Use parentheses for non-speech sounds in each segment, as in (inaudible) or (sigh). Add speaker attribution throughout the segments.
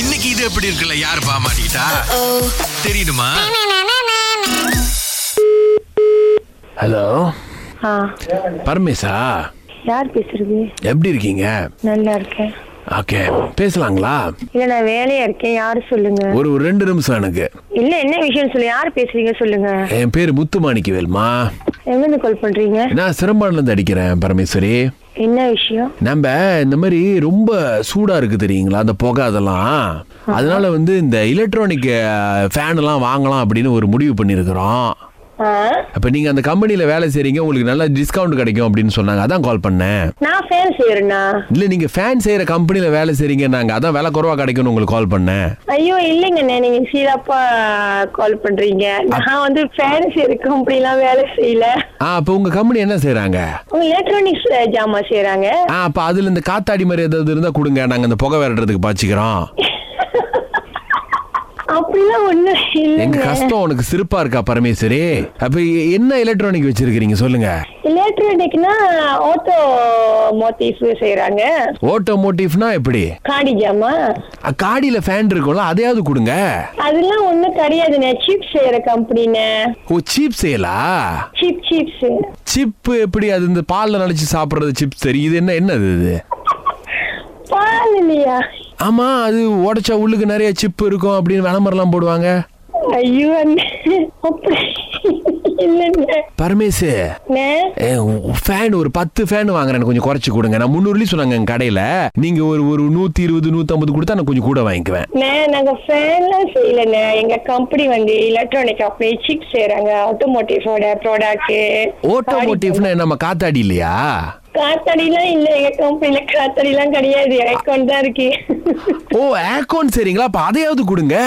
Speaker 1: இன்னைக்கு இது எப்படி இருக்குல்ல யார் பாமாட்டா தெரியுமா
Speaker 2: ஹலோ
Speaker 3: ஆ
Speaker 2: பரமேசா
Speaker 3: யார் பேசுறது
Speaker 2: எப்படி இருக்கீங்க
Speaker 3: நல்லா இருக்கேன்
Speaker 2: ஓகே பேசலாங்களா
Speaker 3: இல்ல நான் வேலையா இருக்கேன் யாரு சொல்லுங்க
Speaker 2: ஒரு ஒரு ரெண்டு நிமிஷம் எனக்கு
Speaker 3: இல்ல என்ன விஷயம் சொல்லு யார் பேசுறீங்க சொல்லுங்க
Speaker 2: என் பேர் முத்து மாணிக்கவேல்மா
Speaker 3: எங்க இருந்து கால் பண்றீங்க
Speaker 2: நான் சிறம்பான்லேருந்து அடிக்கிறேன் பரமேஸ்வரி
Speaker 3: என்ன விஷயம்
Speaker 2: நம்ம இந்த மாதிரி ரொம்ப சூடா இருக்கு தெரியுங்களா அந்த புகை அதெல்லாம் அதனால வந்து இந்த எலக்ட்ரானிக் ஃபேன் எல்லாம் வாங்கலாம் அப்படின்னு ஒரு முடிவு பண்ணியிருக்கிறோம்
Speaker 3: ஆ?
Speaker 2: அப்ப நீங்க அந்த கம்பெனியில வேலை செய்றீங்க உங்களுக்கு நல்ல டிஸ்கவுண்ட் கிடைக்கும் அப்படின்னு சொன்னாங்க அதான் கால் பண்ணேன்
Speaker 3: நான் ஃபேன் செய்யறேண்ணா
Speaker 2: இல்ல நீங்க ஃபேன் செய்யற கம்பெனியில வேலை செய்றீங்க நாங்க அதான் விலை குறைவா கிடைக்கும்னு உங்களுக்கு கால் பண்ணேன்
Speaker 3: ஐயோ இல்லைங்கண்ணே நீங்க சீதாப்பா கால் பண்றீங்க நான் வந்து ஃபேன் செய்யற கம்பெனிலாம் வேலை செய்யல
Speaker 2: ஆ அப்ப உங்க கம்பெனி என்ன செய்றாங்க
Speaker 3: அவங்க எலக்ட்ரானிக்ஸ் ஜாமா செய்யறாங்க
Speaker 2: ஆ அப்ப அதுல இந்த காத்தாடி மாதிரி ஏதாவது இருந்தா கொடுங்க நாங்க அந்த புகை விரட்டுறதுக்கு பாய்ச்சிக்கிறோம்
Speaker 3: அப்படிலாம் ஒண்ணு
Speaker 2: எங்க
Speaker 3: இல்லைங்க
Speaker 2: கஷ்டம் உனக்கு சிரிப்பா இருக்கா பரமேஸ்வரி அப்ப எ- என்ன எலக்ட்ரானிக் வச்சிருக்கீங்க சொல்லுங்க
Speaker 3: எலக்ட்ரானிக்னா ஆட்டோ மோட்டிவ் செய்யறாங்க
Speaker 2: ஓட்டோமோட்டிவ்னா எப்படி
Speaker 3: காடி ஜாமா
Speaker 2: அ, காடியில ஃபேன் இருக்கும்ல அதையாவது கொடுங்க
Speaker 3: அதெல்லாம் ஒண்ணும் கிடையாதுண்ணே சீப் செய்யற கம்பெனிண்ணே
Speaker 2: ஓ சீப் செய்யலா
Speaker 3: சீப் சீப்ஸ்
Speaker 2: சிப் எப்படி அது இந்த பால்ல நினைச்சு சாப்பிடுறது சிப்ஸ் தெரியும் இது என்ன என்னது இது
Speaker 3: பால் இல்லையா
Speaker 2: ஆமா அது உடைச்சா உள்ளுக்கு நிறைய சிப் இருக்கும் அப்படின்னு விளம்பரம்லாம் போடுவாங்க
Speaker 3: ஐயோ அண்ணே அப்படி இல்லைண்ணே
Speaker 2: பரமேசு
Speaker 3: அண்ணே,
Speaker 2: ஃபேன் ஒரு பத்து ஃபேன் வாங்குறேன் கொஞ்சம் குறைச்சு கொடுங்க நான் முந்நூறுலி சொன்னாங்க எங்க கடையில நீங்க ஒரு ஒரு நூத்தி இருபது நூத்தம்பது கொடுத்தா நான் கொஞ்சம் கூட வாங்கிக்குவேன்
Speaker 3: அண்ணே, நாங்க ஃபேன்லாம் செய்யலண்ணே எங்க கம்பெனி வந்து எலக்ட்ரானிக் கம்பெனி சீப் செய்யறாங்க ஆட்டோமோட்டிவோட ப்ராடக்ட்
Speaker 2: ஓட்டோமோட்டிவ்னா நம்ம காத்தாடி இல்லையா
Speaker 3: காத்தாடிலாம் இல்ல எங்க கம்பெனில காத்தாடிலாம் கிடையாது ஐகான் தான் இருக்கு
Speaker 2: ஓ ஏக்கோன் சரிங்களா அப்ப அதையாவது கொடுங்க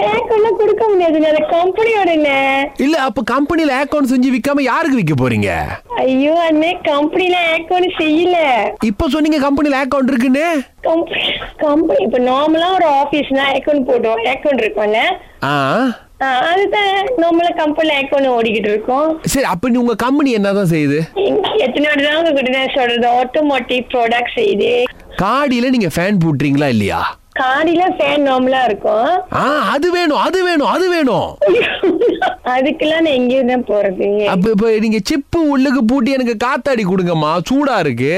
Speaker 3: ஐகான்லாம் கொடுக்க முடியாது அந்த கம்பெனியோடண்ணே
Speaker 2: இல்ல அப்ப கம்பெனில ஏக்கோன் செஞ்சு விக்காம யாருக்கு விக்க போறீங்க
Speaker 3: ஐயோ அண்ணே கம்பெனில ஐகான் செய்யல
Speaker 2: இப்ப சொன்னீங்க கம்பெனில ஏக்கோன் இருக்குன்னு
Speaker 3: கம்பெனி கம்பெனி இப்ப நார்மலா ஒரு ஆபீஸ்னா அக்கௌண்ட் போடுவோம் அக்கௌண்ட் இருக்கும்ல
Speaker 2: ஆ
Speaker 3: ஆ, அதுதான் நார்மலா கம்பெனில அக்கௌண்ட் ஓடிக்கிட்டு இருக்கோம்
Speaker 2: சரி அப்ப நீ உங்க கம்பெனி என்னதான் செய்யுது
Speaker 3: எங்க- எத்தனை வாட்டி தான் உங்ககிட்ட நான் சொல்றது ஆட்டோமோட்டிவ் ப்ராடக்ட் செய்யுது
Speaker 2: காடியில நீங்க ஃபேன் போட்டுறீங்களா இல்லையா
Speaker 3: காடியில ஃபேன் நார்மலா இருக்கும்
Speaker 2: ஆ அது வேணும் அது வேணும் அது வேணும்
Speaker 3: அதுக்கெல்லாம் நான் எங்க தான் போறது
Speaker 2: அப்ப இப்ப நீங்க சிப்பு உள்ளுக்கு பூட்டி எனக்கு காத்தாடி கொடுங்கம்மா சூடா இருக்கு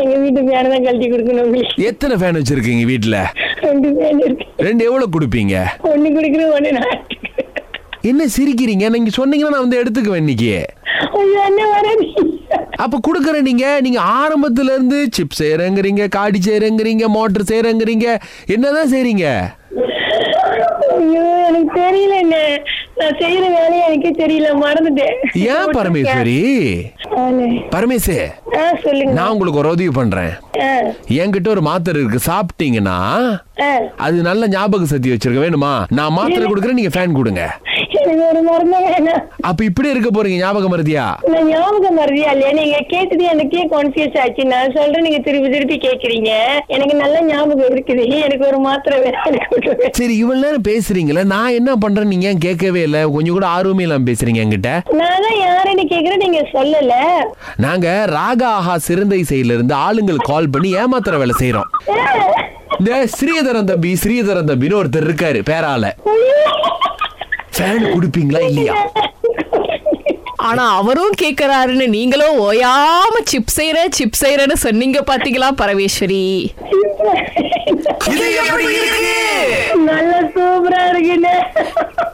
Speaker 3: எங்க வீட்டு பேரை தான் கழட்டி கொடுக்கணும் உங்களுக்கு.
Speaker 2: எத்தனை ஃபேன் வச்சிருக்கீங்க வீட்ல
Speaker 3: ரெண்டு பேர் இருக்கு
Speaker 2: ரெண்டு எவ்வளவு கொடுப்பீங்க
Speaker 3: ஒண்ணு குடுக்கணும் ஒண்ணு நான் எடுத்துக்கிறேன்.
Speaker 2: என்ன சிரிக்கிறீங்க நீங்க சொன்னீங்கன்னா நான் வந்து எடுத்துக்குவேன் இன்னைக்கு
Speaker 3: ஐயோ என்ன வர
Speaker 2: அப்ப குடுக்கற நீங்க நீங்க ஆரம்பத்துல இருந்து சிப் செய்யறங்கிறீங்க காடி செய்யறங்கிறீங்க மோட்டர் செய்யறங்கிறீங்க என்னதான் செய்றீங்க
Speaker 3: ஐயோ எனக்கு தெரியல என்ன நான் செய்யற வேலையை எனக்கே தெரியல மறந்துட்டேன்
Speaker 2: ஏன் பரமேஸ்வரி
Speaker 3: ஆளு.
Speaker 2: பரமேசு
Speaker 3: ஆ, சொல்லுங்க
Speaker 2: நான் உங்களுக்கு ஒரு உதவி பண்றேன்
Speaker 3: ஆ,
Speaker 2: என்கிட்ட ஒரு மாத்திரை இருக்கு சாப்பிட்டீங்கன்னா
Speaker 3: ஆ.
Speaker 2: அது நல்ல ஞாபக சக்தி வச்சிருக்க வேணுமா நான் மாத்திரை கொடுக்குறேன் நீங்க ஃபேன் கொடுங்க
Speaker 3: எனக்கு ஒரு மருந்து வேணாம்
Speaker 2: அப்ப இப்படி இருக்க போறீங்க ஞாபகம் மருதியா
Speaker 3: நான் ஞாபகம் மறதியா இல்லையா நீங்க கேட்டது எனக்கே கன்ஃபியூஸ் ஆச்சு நான் சொல்றேன் நீங்க திருப்பி திருப்பி கேக்குறீங்க எனக்கு நல்ல ஞாபகம் இருக்குது எனக்கு ஒரு மாத்திரை வேணும் எனக்கு ஒரு வேணும்.
Speaker 2: சரி இவ்வளவு நேரம் பேசுறீங்களே நான் என்ன பண்றேன் நீங்க ஏன் கேட்கவே இல்லை கொஞ்சம் கூட ஆர்வமே இல்லாம பேசுறீங்க என்கிட்ட
Speaker 3: நான் தான் யாருன்னு கேக்குறேன் நீங்க சொல்லல
Speaker 2: நாங்க ராகா ஆஹா சிறந்த இசையில இருந்து ஆளுங்களுக்கு கால் பண்ணி ஏமாத்துற வேலை செய்யறோம்
Speaker 3: ஆ.
Speaker 2: இந்த ஸ்ரீதரன் தம்பி ஸ்ரீதரன் தம்பின்னு ஒருத்தர் இருக்காரு பேரால
Speaker 3: ஐயோ.
Speaker 2: ஃபேன் கொடுப்பீங்களா இல்லையா
Speaker 4: ஆனா அவரும் கேக்குறாருன்னு நீங்களும் ஓயாம சிப் செய்யற சிப் செய்யறன்னு சொன்னீங்க பாத்தீங்களா பரமேஸ்வரி
Speaker 3: (laughs) நல்லா சூப்பரா இருக்குண்ணே